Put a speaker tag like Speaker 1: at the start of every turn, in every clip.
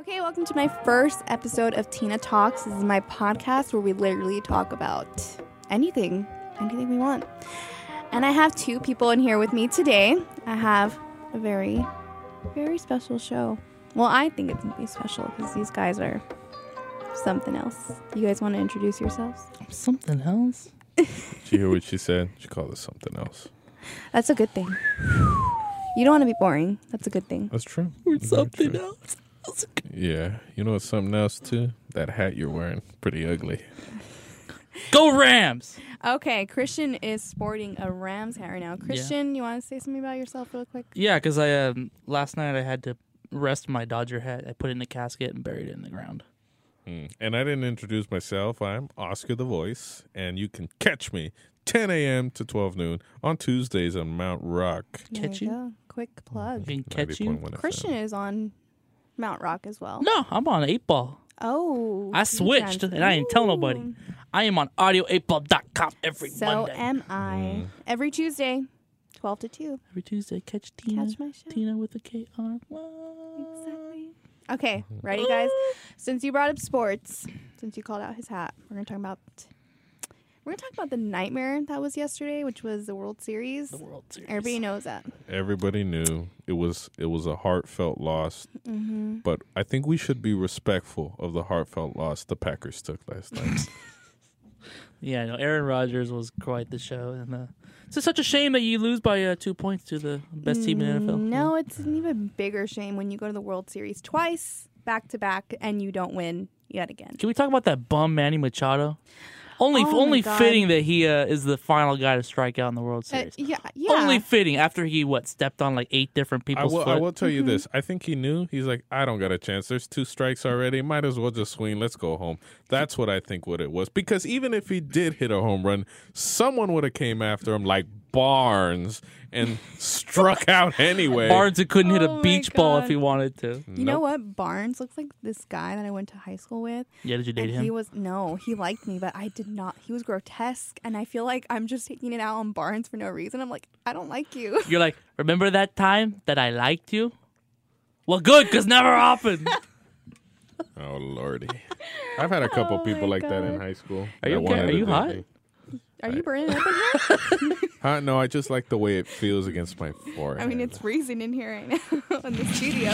Speaker 1: Okay, welcome to my first episode of Tina Talks. This is my podcast where we literally talk about anything, anything we want. And I have two people in here with me today. I have a very, very special show. Well, I think it's going to be special because these guys are something else. You guys want to introduce yourselves?
Speaker 2: Something else?
Speaker 3: Did you hear what she said? She called it something else.
Speaker 1: That's a good thing. You don't want to be boring. That's a good thing.
Speaker 3: That's true.
Speaker 2: Or
Speaker 3: That's very
Speaker 2: something
Speaker 3: true.
Speaker 2: else?
Speaker 3: Yeah. You know what's something else too? That hat you're wearing, pretty ugly.
Speaker 2: Go Rams!
Speaker 1: Okay, Christian is sporting a Rams hat right now. Christian, you want to say something about yourself real quick?
Speaker 2: Yeah, because I um, last night I had to rest my Dodger hat. I put it in a casket and buried it in the ground.
Speaker 3: Mm. And I didn't introduce myself. I'm Oscar the Voice, and you can catch me 10 a.m. to 12 noon on Tuesdays on Mount Rock.
Speaker 1: There
Speaker 2: Catch
Speaker 1: you
Speaker 2: you.
Speaker 1: go. Quick plug.
Speaker 2: Can catch you?
Speaker 3: 90.1 FM.
Speaker 1: Christian is on Mount Rock as well.
Speaker 2: No, I'm on eight ball.
Speaker 1: Oh,
Speaker 2: I
Speaker 1: you
Speaker 2: switched
Speaker 1: sound-
Speaker 2: and I ain't tell nobody.
Speaker 1: Ooh.
Speaker 2: I am on audio8ball.com every
Speaker 1: So
Speaker 2: Monday. Mm.
Speaker 1: am I. Every Tuesday, twelve to two.
Speaker 2: every Tuesday, catch Tina.
Speaker 1: Catch my show.
Speaker 2: Tina with a K R
Speaker 1: Exactly. Okay,
Speaker 2: Mm-hmm.
Speaker 1: ready, guys? Since you brought up sports, since you called out his hat, we're gonna talk about. We're gonna talk about the nightmare that was yesterday, which was the World Series.
Speaker 2: The World Series.
Speaker 1: Everybody knows that.
Speaker 3: Everybody knew it was it was a heartfelt loss,
Speaker 1: Mm-hmm.
Speaker 3: but I think we should be respectful of the heartfelt loss the Packers took last night.
Speaker 2: Yeah, no, Aaron Rodgers was quite the show, and uh, it's just such a shame that you lose by uh, two points to the best team in the NFL.
Speaker 1: Mm, No, it's an even bigger shame when you go to the World Series twice back to back and you don't win yet again.
Speaker 2: Can we talk about that bum Manny Machado? Only,
Speaker 1: Oh my
Speaker 2: only
Speaker 1: God.
Speaker 2: fitting that he uh, is the final guy to strike out in the World
Speaker 1: Uh,
Speaker 2: Series.
Speaker 1: yeah, yeah.
Speaker 2: Only fitting after he what stepped on like eight different
Speaker 3: I
Speaker 2: people's
Speaker 3: will, I
Speaker 2: foot.
Speaker 3: will tell
Speaker 1: Mm-hmm.
Speaker 3: you this. I think he knew. He's like, I don't got a chance. There's two strikes already. Might as well just swing. Let's go home. That's what I think what it was. Because even if he did hit a home run, someone would have came after him like Barnes and struck out anyway.
Speaker 2: Barnes who couldn't hit
Speaker 1: Oh my
Speaker 2: a beach ball
Speaker 1: God.
Speaker 2: if he wanted to.
Speaker 1: You know what? Barnes looks like this guy that I went to high school with.
Speaker 2: Yeah, did you date
Speaker 1: and he
Speaker 2: him?
Speaker 1: was no, he liked me, but I did not. He was grotesque, and I feel like I'm just taking it out on Barnes for no reason. I'm like, I don't like you.
Speaker 2: You're like, remember that time that I liked you? Well, good, cause never happened.
Speaker 3: Oh lordy. I've had a couple
Speaker 1: Oh my
Speaker 3: people like that in
Speaker 1: God.
Speaker 3: high school.
Speaker 2: Are you
Speaker 3: that
Speaker 2: okay?
Speaker 3: wanted
Speaker 2: Are
Speaker 3: to
Speaker 2: you
Speaker 3: date
Speaker 2: hot?
Speaker 3: me.
Speaker 1: Are you burning up? in here?
Speaker 3: Huh? No, I just like the way it feels against my forehead.
Speaker 1: I mean, it's freezing in here right now in the studio.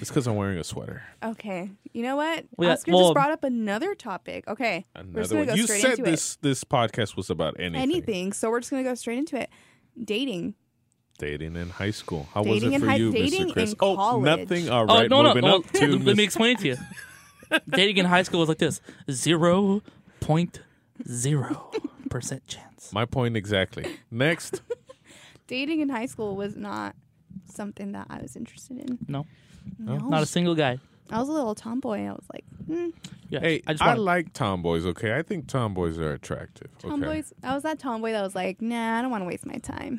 Speaker 3: it's because I'm wearing a sweater.
Speaker 1: Okay, you know what?
Speaker 2: Well, yeah,
Speaker 1: Oscar
Speaker 2: well-
Speaker 1: just brought up another topic. Okay, we're just
Speaker 3: Another
Speaker 1: gonna
Speaker 3: one.
Speaker 1: go
Speaker 3: You
Speaker 1: straight
Speaker 3: said
Speaker 1: into it.
Speaker 3: this this podcast was about anything.
Speaker 1: anything. So we're just gonna go straight into it. Dating.
Speaker 3: Dating in high school. How
Speaker 1: Dating
Speaker 3: was
Speaker 1: in
Speaker 3: it for
Speaker 1: high-
Speaker 3: you,
Speaker 1: dating
Speaker 3: Mr. Chris?
Speaker 1: in
Speaker 3: Oh,
Speaker 1: college.
Speaker 3: nothing. All right,
Speaker 2: oh no,
Speaker 3: moving
Speaker 2: no.
Speaker 3: up
Speaker 2: oh,
Speaker 3: to
Speaker 2: let me explain it to you. Dating in high school was like this: zero point zero percent chance.
Speaker 3: My point exactly. Next,
Speaker 1: Dating in high school was not something that I was interested in.
Speaker 2: No,
Speaker 1: No,
Speaker 2: not a single guy.
Speaker 1: I was a little tomboy. I was like, hmm,
Speaker 2: Yeah,
Speaker 3: hey, I,
Speaker 2: I just wanna-
Speaker 3: like tomboys. Okay, I think tomboys are attractive. okay?
Speaker 1: tomboys. I was that tomboy that was like, nah, I don't want to waste my time.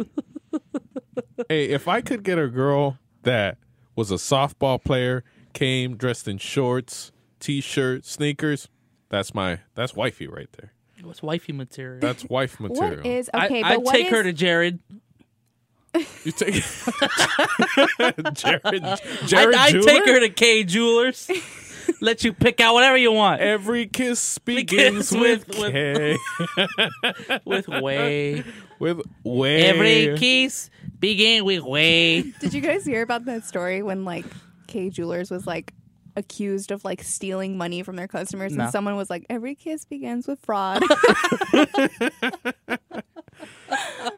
Speaker 3: Hey, if I could get a girl that was a softball player, came dressed in shorts, t-shirt, sneakers, that's my that's wifey right there.
Speaker 2: What's wifey material?
Speaker 3: That's wife material.
Speaker 1: What is
Speaker 2: I,
Speaker 1: okay?
Speaker 2: I'd
Speaker 1: but what
Speaker 2: take her
Speaker 1: is-
Speaker 2: to Jared.
Speaker 3: You take Jared, Jared
Speaker 2: I'd, I'd
Speaker 3: Jeweler?
Speaker 2: take her to K Jewelers. Let you pick out whatever you
Speaker 1: Eh.
Speaker 2: want
Speaker 3: Every kiss begins with,
Speaker 2: with- with-
Speaker 3: K.
Speaker 2: with way.
Speaker 3: with way.
Speaker 1: Eh.
Speaker 2: Every kiss begin with way.
Speaker 1: Did you guys hear about that story when like K Jewelers was like accused of like stealing money from their customers,
Speaker 2: No.
Speaker 1: and someone was like, every kiss begins with fraud.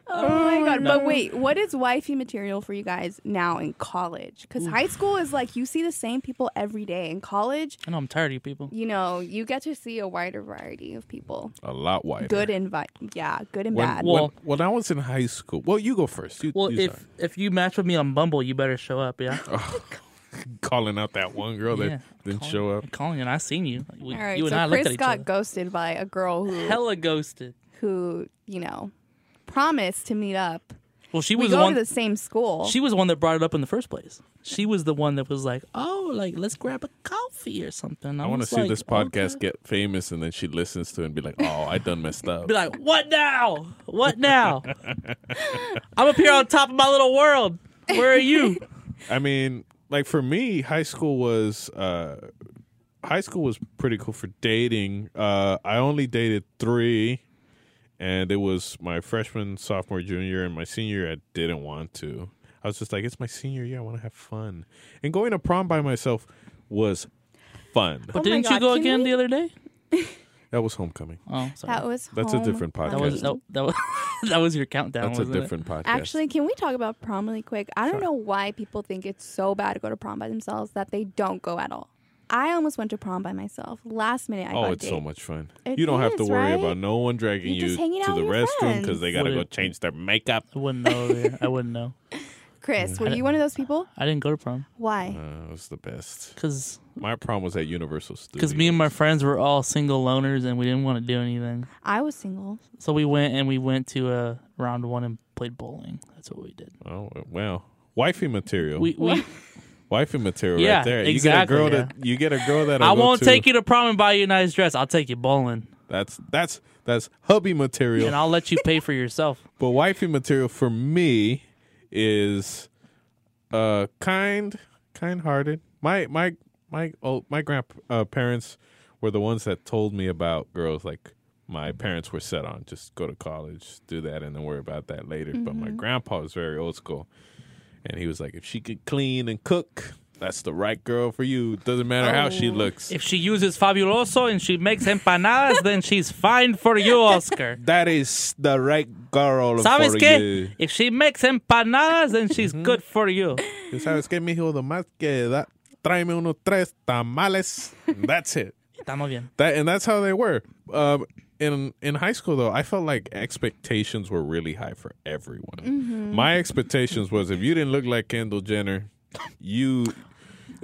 Speaker 1: oh my god! But wait, what is wifey material for you guys now in college? Because high school is like you see the same people every day. In college,
Speaker 2: I know I'm tired of you people.
Speaker 1: you know, you get to see a wider variety of people.
Speaker 3: A lot wider.
Speaker 1: Good and vi- yeah, good and
Speaker 3: When,
Speaker 1: bad.
Speaker 3: when-
Speaker 2: Well-
Speaker 3: when I was in high school, well, you go first. You,
Speaker 2: Well,
Speaker 3: you
Speaker 2: if
Speaker 3: start.
Speaker 2: if you match with me on Bumble, you better show up. Yeah.
Speaker 3: calling out that one girl that
Speaker 2: Yeah.
Speaker 3: didn't
Speaker 2: Calling-
Speaker 3: show up.
Speaker 2: Calling and I seen you. We-
Speaker 1: All right,
Speaker 2: you and
Speaker 1: so
Speaker 2: I
Speaker 1: Chris
Speaker 2: looked at each
Speaker 1: got
Speaker 2: other.
Speaker 1: ghosted by a girl who
Speaker 2: Hella ghosted.
Speaker 1: who you know promised to meet up.
Speaker 2: Well, she
Speaker 1: We
Speaker 2: was the
Speaker 1: go
Speaker 2: one.
Speaker 1: to the same school.
Speaker 2: She was the one that brought it up in the first place. She was the one that was like, "Oh, like let's grab a coffee or something."
Speaker 3: I want to
Speaker 2: was
Speaker 3: see
Speaker 2: like,
Speaker 3: this podcast
Speaker 2: okay.
Speaker 3: get famous, and then she listens to it and be like, "Oh, I done messed up."
Speaker 2: Be like, "What now? What now?"
Speaker 1: Oh
Speaker 2: I'm up here on top of my little world. Where are you?
Speaker 3: I mean, like for me, high school was uh, high school was pretty cool for dating. Uh, I only dated three, and it was my freshman, sophomore, junior, and my senior. year, I didn't want to. I was just like, it's my senior year. I want to have fun. And going to prom by myself was fun.
Speaker 1: Oh my
Speaker 2: Didn't you
Speaker 1: God,
Speaker 2: go
Speaker 1: can
Speaker 2: again
Speaker 1: we-
Speaker 2: the other day?
Speaker 3: That was homecoming.
Speaker 2: Oh, sorry.
Speaker 1: That was
Speaker 3: That's a
Speaker 1: home.
Speaker 3: different podcast.
Speaker 2: That was that, that was that was your countdown.
Speaker 3: That's a
Speaker 2: wasn't it?
Speaker 3: different podcast.
Speaker 1: Actually, can we talk about prom really quick? I don't know why people think it's so bad to go to prom by themselves that they don't go at all. I almost went to prom by myself. Last minute, I got
Speaker 3: oh,
Speaker 1: a
Speaker 3: it's
Speaker 1: date.
Speaker 3: so much fun.
Speaker 1: It
Speaker 3: you don't have to
Speaker 1: is,
Speaker 3: worry
Speaker 1: right?
Speaker 3: about no one dragging
Speaker 1: You're
Speaker 3: you,
Speaker 1: just hanging
Speaker 3: to
Speaker 1: out
Speaker 3: the
Speaker 1: with your
Speaker 3: restroom because they
Speaker 1: friends.
Speaker 3: gotta
Speaker 2: Would
Speaker 3: go
Speaker 2: it-
Speaker 3: change their makeup.
Speaker 2: I wouldn't know. yeah. I wouldn't know.
Speaker 1: Chris, were you one of those people?
Speaker 2: I didn't go to prom
Speaker 1: Why?
Speaker 3: Uh, it was the best.
Speaker 2: because
Speaker 3: My prom was at Universal Studios.
Speaker 2: because me and my friends were all single loners and we didn't want to do anything.
Speaker 1: I was single.
Speaker 2: So we went and we went to uh, round one and played bowling. That's what we did.
Speaker 3: oh well, wifey material,
Speaker 2: We, we
Speaker 3: wifey material,
Speaker 2: Yeah,
Speaker 3: right there.
Speaker 2: exactly,
Speaker 3: You get a girl
Speaker 2: yeah.
Speaker 3: that you get a girl that
Speaker 2: I won't take you to prom and buy you a nice dress. I'll take you bowling
Speaker 3: That's that's that's hubby material.
Speaker 2: and I'll let you pay for yourself.
Speaker 3: But wifey material for me is uh kind, kind-hearted. My my my oh, my grandparents uh, parents were the ones that told me about girls like my parents were set on just go to college, do that and then worry about that later. But
Speaker 2: Mm-hmm.
Speaker 3: my grandpa was very old school. And he was like if she could clean and cook, that's the right girl for you. Doesn't matter how she
Speaker 1: Oh.
Speaker 3: looks.
Speaker 2: If she uses Fabuloso and she makes empanadas, then she's fine for you, Oscar.
Speaker 3: that is the right girl
Speaker 2: ¿Sabes
Speaker 3: for
Speaker 2: qué?
Speaker 3: you.
Speaker 2: If she makes empanadas, then she's good for you.
Speaker 3: ¿Y sabes qué, mijo? Lo más que da, tráeme unos tres tamales. That's it.
Speaker 2: Estamos bien.
Speaker 3: That and that's how they were. Um, in in high school though, I felt like expectations were really high for everyone.
Speaker 1: Mm-hmm.
Speaker 3: My expectations was if you didn't look like Kendall Jenner, you.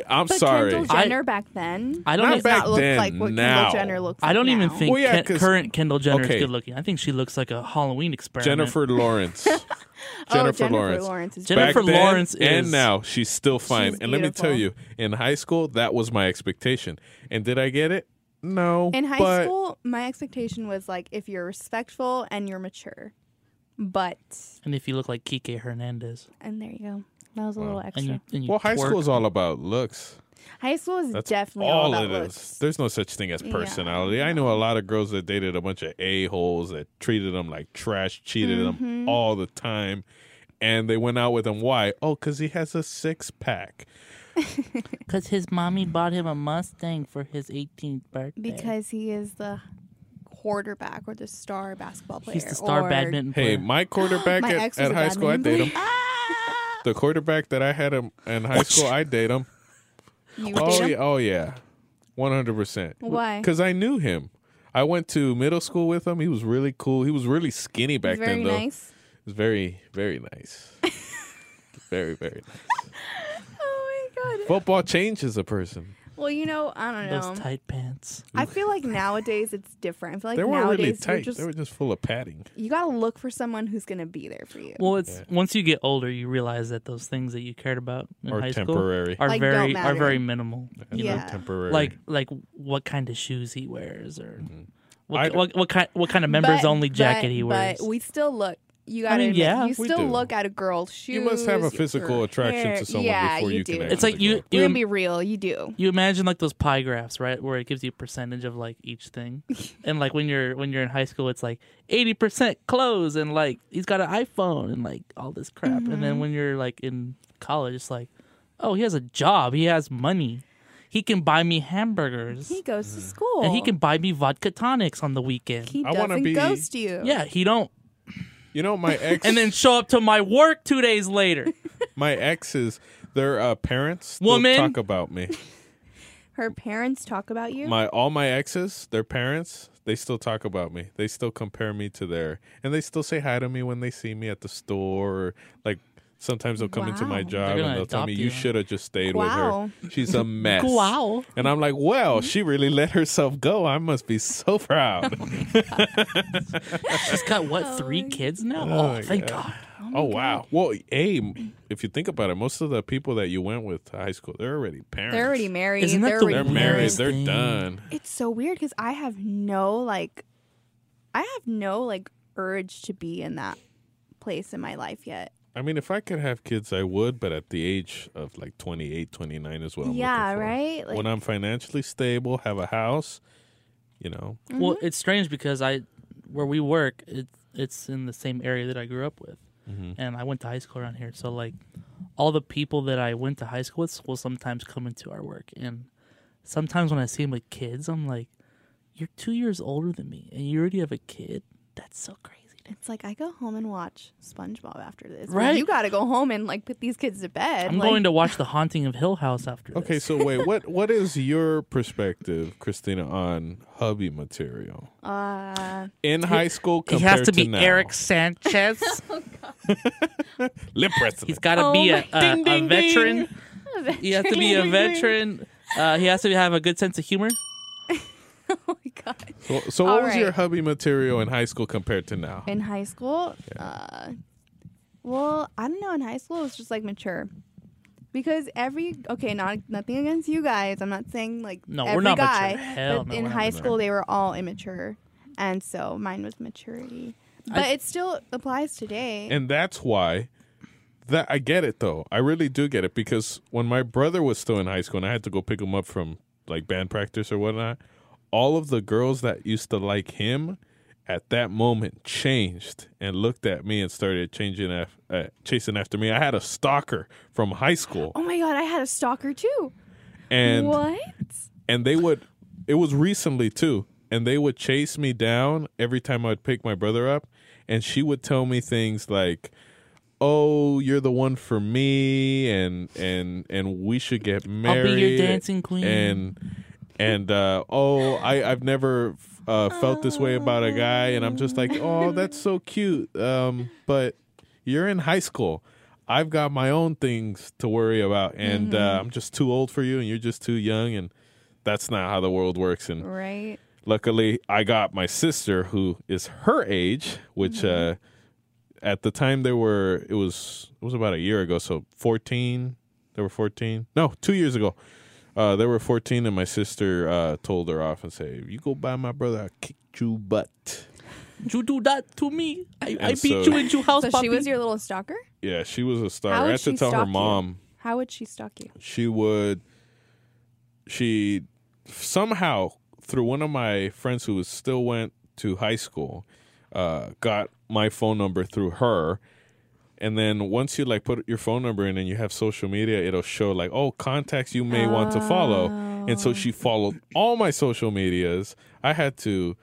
Speaker 3: I'm
Speaker 1: But
Speaker 3: sorry.
Speaker 1: Kendall
Speaker 2: I-
Speaker 1: Jenner back then.
Speaker 2: I don't.
Speaker 3: Not
Speaker 2: e-
Speaker 3: back
Speaker 1: that look
Speaker 3: then,
Speaker 1: like what
Speaker 3: now.
Speaker 1: Kendall Jenner looks like
Speaker 2: I don't even
Speaker 1: now.
Speaker 2: think
Speaker 3: Well, yeah,
Speaker 2: Ken-
Speaker 3: 'cause-
Speaker 2: current Kendall Jenner
Speaker 3: okay.
Speaker 2: is good looking. I think she looks like a Halloween experiment.
Speaker 3: Jennifer Lawrence. Jennifer,
Speaker 1: oh, Jennifer Lawrence. is
Speaker 2: Jennifer-
Speaker 3: Back then
Speaker 2: Lawrence
Speaker 3: and
Speaker 2: is-
Speaker 3: now she's still fine.
Speaker 1: She's
Speaker 3: and let me tell you,
Speaker 1: beautiful.
Speaker 3: in high school that was my expectation. And did I get it? No.
Speaker 1: In high
Speaker 3: but-
Speaker 1: school, my expectation was like if you're respectful and you're mature. But
Speaker 2: And if you look like Kike Hernandez,
Speaker 1: and there you go. That was a little extra.
Speaker 2: and you, and you
Speaker 3: Well, high
Speaker 2: twerk.
Speaker 3: school is all about looks.
Speaker 1: high school is
Speaker 3: That's
Speaker 1: definitely all,
Speaker 3: all,
Speaker 1: about
Speaker 3: it is.
Speaker 1: looks.
Speaker 3: There's no such thing as
Speaker 1: Yeah,
Speaker 3: personality. I know a lot of girls that dated a bunch of a holes that treated them like trash, cheated
Speaker 1: Mm-hmm.
Speaker 3: them all the time, and they went out with him. Why? Oh, because he has a six pack.
Speaker 2: Because his mommy bought him a Mustang for his 18th birthday.
Speaker 1: Because he is the quarterback or the star basketball player.
Speaker 2: he's the star
Speaker 1: or-
Speaker 2: badminton
Speaker 3: Hey,
Speaker 2: player.
Speaker 3: my quarterback
Speaker 1: My
Speaker 3: at,
Speaker 1: ex was
Speaker 3: at
Speaker 1: a
Speaker 3: high school, I
Speaker 1: badminton
Speaker 3: date him.
Speaker 1: player. Ah!
Speaker 3: The quarterback that I had him in high school, I date him.
Speaker 1: You
Speaker 3: Oh
Speaker 1: did?
Speaker 3: yeah, oh yeah, one hundred percent.
Speaker 1: Why?
Speaker 3: Because I knew him. I went to middle school with him. He was really cool. He was really skinny back
Speaker 1: Very
Speaker 3: then, though.
Speaker 1: nice.
Speaker 3: It was very, very nice. very, very nice.
Speaker 1: Oh my god.
Speaker 3: Football changes a person.
Speaker 1: Well, you know, I don't know.
Speaker 2: Those tight pants.
Speaker 1: I feel like nowadays it's different. I feel like
Speaker 3: they weren't really
Speaker 1: nowadays
Speaker 3: tight.
Speaker 1: you're just
Speaker 3: They were just full of padding.
Speaker 1: you gotta look for someone who's gonna be there for you.
Speaker 2: Well, it's once you get older, you realize that those things that you cared about in
Speaker 3: Are
Speaker 2: high
Speaker 3: temporary.
Speaker 2: school are
Speaker 1: Like, don't
Speaker 2: very are
Speaker 1: matter.
Speaker 2: very minimal. you know?
Speaker 1: Yeah.
Speaker 3: Temporary. Mm-hmm.
Speaker 2: like like what kind of shoes he wears or
Speaker 3: I-
Speaker 2: what, what what kind what kind of members
Speaker 1: But-
Speaker 2: only jacket
Speaker 1: but-
Speaker 2: he wears.
Speaker 1: But we still look. You gotta.
Speaker 2: mean,
Speaker 1: admit,
Speaker 2: yeah,
Speaker 1: you
Speaker 3: we
Speaker 1: still
Speaker 3: do.
Speaker 1: look at a girl's shoes.
Speaker 3: you must have a
Speaker 1: your
Speaker 3: physical attraction
Speaker 1: hair.
Speaker 3: to someone
Speaker 1: yeah,
Speaker 3: before you,
Speaker 1: do.
Speaker 3: can.
Speaker 2: It's like you
Speaker 1: We're
Speaker 2: you,
Speaker 1: gonna be real. You do.
Speaker 2: you imagine like those pie graphs, right, where it gives you percentage of like each thing, and like when you're when you're in high school, it's like eighty percent clothes, and like he's got an iPhone, and like all this crap, and then when you're like in college, it's like, oh, he has a job, he has money, he can buy me hamburgers,
Speaker 1: He goes to school.
Speaker 2: and he can buy me vodka tonics on the weekend.
Speaker 1: He
Speaker 3: I wanna
Speaker 1: doesn't
Speaker 3: be-
Speaker 1: ghost you.
Speaker 2: yeah, he don't,
Speaker 3: You know, my ex
Speaker 2: and then show up to my work two days later.
Speaker 3: my exes, their uh, parents still
Speaker 2: Woman.
Speaker 3: talk about me.
Speaker 1: Her parents talk about you.
Speaker 3: My all my exes, their parents, they still talk about me. They still compare me to their and they still say hi to me when they see me at the store or like sometimes they'll come into
Speaker 1: Wow.
Speaker 3: my job
Speaker 2: They're
Speaker 3: and
Speaker 2: gonna
Speaker 3: they'll tell me
Speaker 2: adopt
Speaker 3: you,
Speaker 2: you.
Speaker 3: should have just stayed
Speaker 1: Wow.
Speaker 3: with her. She's a mess.
Speaker 1: Oh,
Speaker 2: Wow.
Speaker 3: And I'm like, well, she really let herself go. I must be so proud.
Speaker 1: Oh
Speaker 2: She's got what three kids now? Oh,
Speaker 3: my
Speaker 2: thank
Speaker 3: God.
Speaker 2: God.
Speaker 3: oh wow. Well, hey, m- if you think about it, most of the people that you went with to high school, they're already parents.
Speaker 1: they're already married.
Speaker 2: Isn't that
Speaker 1: they're
Speaker 2: the
Speaker 1: already
Speaker 3: They're
Speaker 2: Weird
Speaker 3: married. They're
Speaker 2: thing.
Speaker 3: done.
Speaker 1: It's so weird because I have no like, I have no like urge to be in that place in my life yet.
Speaker 3: I mean, if I could have kids, I would, but at the age of like 28, 29 is what I'm
Speaker 1: yeah,
Speaker 3: looking for.
Speaker 1: right? Like,
Speaker 3: when I'm financially stable, have a house, you know.
Speaker 2: Well, it's strange because I, where we work, it, it's in the same area that I grew up with,
Speaker 3: Mm-hmm.
Speaker 2: and I went to high school around here. So like, all the people that I went to high school with will sometimes come into our work, and sometimes when I see them with kids, I'm like, "You're two years older than me, and you already have a kid? That's so crazy." to me."
Speaker 1: it's like I go home and watch SpongeBob after this. but
Speaker 2: Right?
Speaker 1: You got to go home and like put these kids to bed.
Speaker 2: I'm
Speaker 1: like,
Speaker 2: going to watch The Haunting of Hill House after this.
Speaker 3: Okay, so wait, what what is your perspective, Christina, on hubby material
Speaker 1: Uh,
Speaker 3: in high school
Speaker 2: He
Speaker 3: compared
Speaker 2: has to be
Speaker 3: now?
Speaker 2: Eric Sanchez.
Speaker 3: Lip president.
Speaker 2: He's got to
Speaker 1: Oh
Speaker 2: be a,
Speaker 1: my-
Speaker 2: a,
Speaker 3: Ding,
Speaker 2: a
Speaker 3: ding,
Speaker 2: veteran.
Speaker 3: ding.
Speaker 2: He has to be a veteran. Uh, he has to have a good sense of humor.
Speaker 1: oh my god.
Speaker 3: So, so
Speaker 1: All
Speaker 3: what was your
Speaker 1: right.
Speaker 3: hubby material in high school compared to now?
Speaker 1: In high school, uh, well, I don't know. In high school, it was just like mature. Because every okay, not nothing against you guys. I'm not saying like
Speaker 2: No, we're
Speaker 1: every
Speaker 2: not mature.
Speaker 1: guy,
Speaker 2: Hell
Speaker 1: but
Speaker 2: no,
Speaker 1: in
Speaker 2: we're not
Speaker 1: high
Speaker 2: mature.
Speaker 1: school they were all immature, and so mine was maturity. But it still applies today.
Speaker 3: and that's why that I get it though. I really do get it because when my brother was still in high school and I had to go pick him up from like band practice or whatnot, all of the girls that used to like him at that moment changed and looked at me and started changing af- uh, chasing after me. I had a stalker from high school,
Speaker 1: oh my god, I had a stalker too.
Speaker 3: and
Speaker 1: what?
Speaker 3: and they would it was recently too and they would chase me down every time i'd pick my brother up and she would tell me things like oh you're the one for me and and and we should get
Speaker 2: I'll
Speaker 3: married
Speaker 2: be your dancing queen.
Speaker 3: and and uh, oh I, i've never uh, felt this way about a guy and i'm just like oh that's so cute um, but you're in high school i've got my own things to worry about and uh, i'm just too old for you and you're just too young and that's not how the world works and
Speaker 1: Right.
Speaker 3: luckily i got my sister who is her age which
Speaker 1: Mm-hmm.
Speaker 3: uh, at the time there were it was it was about a year ago so 14 there were 14 no two years ago uh, there were 14 and my sister uh, told her off and say you go buy my brother i'll kick you butt
Speaker 2: you do that to me. I, I
Speaker 3: And
Speaker 2: beat
Speaker 3: so-
Speaker 2: you into house,
Speaker 1: So
Speaker 2: puppy.
Speaker 1: she was your little stalker.
Speaker 3: yeah she was a star
Speaker 1: How
Speaker 3: i
Speaker 1: would
Speaker 3: had to
Speaker 1: she
Speaker 3: tell her
Speaker 1: stalk you?
Speaker 3: mom
Speaker 1: How would she stalk you?
Speaker 3: she would she somehow through one of my friends who was still went to high school uh, got my phone number through her and then once you like put your phone number in and you have social media it'll show like oh contacts you may want to follow and so
Speaker 2: Oh.
Speaker 3: she followed all my social medias i had to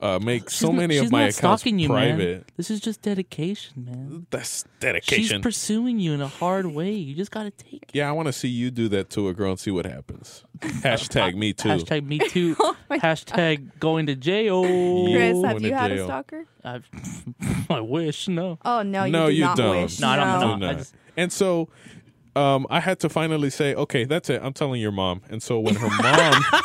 Speaker 3: uh, make
Speaker 2: She's
Speaker 3: so
Speaker 2: not-
Speaker 3: many
Speaker 2: she's
Speaker 3: of my
Speaker 2: not
Speaker 3: accounts
Speaker 2: stalking you, man.
Speaker 3: private
Speaker 2: This is just dedication, man.
Speaker 3: that's
Speaker 2: She's
Speaker 3: dedication
Speaker 2: pursuing you in a hard way. You just gotta take it.
Speaker 3: yeah i want to see you do that to a girl and see what happens hashtag me too
Speaker 2: Hashtag me too.
Speaker 1: Oh my
Speaker 2: Hashtag going to jail.
Speaker 1: Chris,
Speaker 3: Oh,
Speaker 1: have
Speaker 3: in
Speaker 1: you
Speaker 3: a
Speaker 1: had a
Speaker 3: jail.
Speaker 1: stalker?
Speaker 2: I've, I wish no.
Speaker 1: Oh no, you
Speaker 3: no,
Speaker 1: do
Speaker 3: you
Speaker 1: not
Speaker 3: don't.
Speaker 1: wish.
Speaker 2: No, I don't-
Speaker 3: You
Speaker 2: no.
Speaker 3: do not.
Speaker 2: Oh, I just-
Speaker 3: And so, um, I had to finally say, okay, that's it. I'm telling your mom. And so when her mom,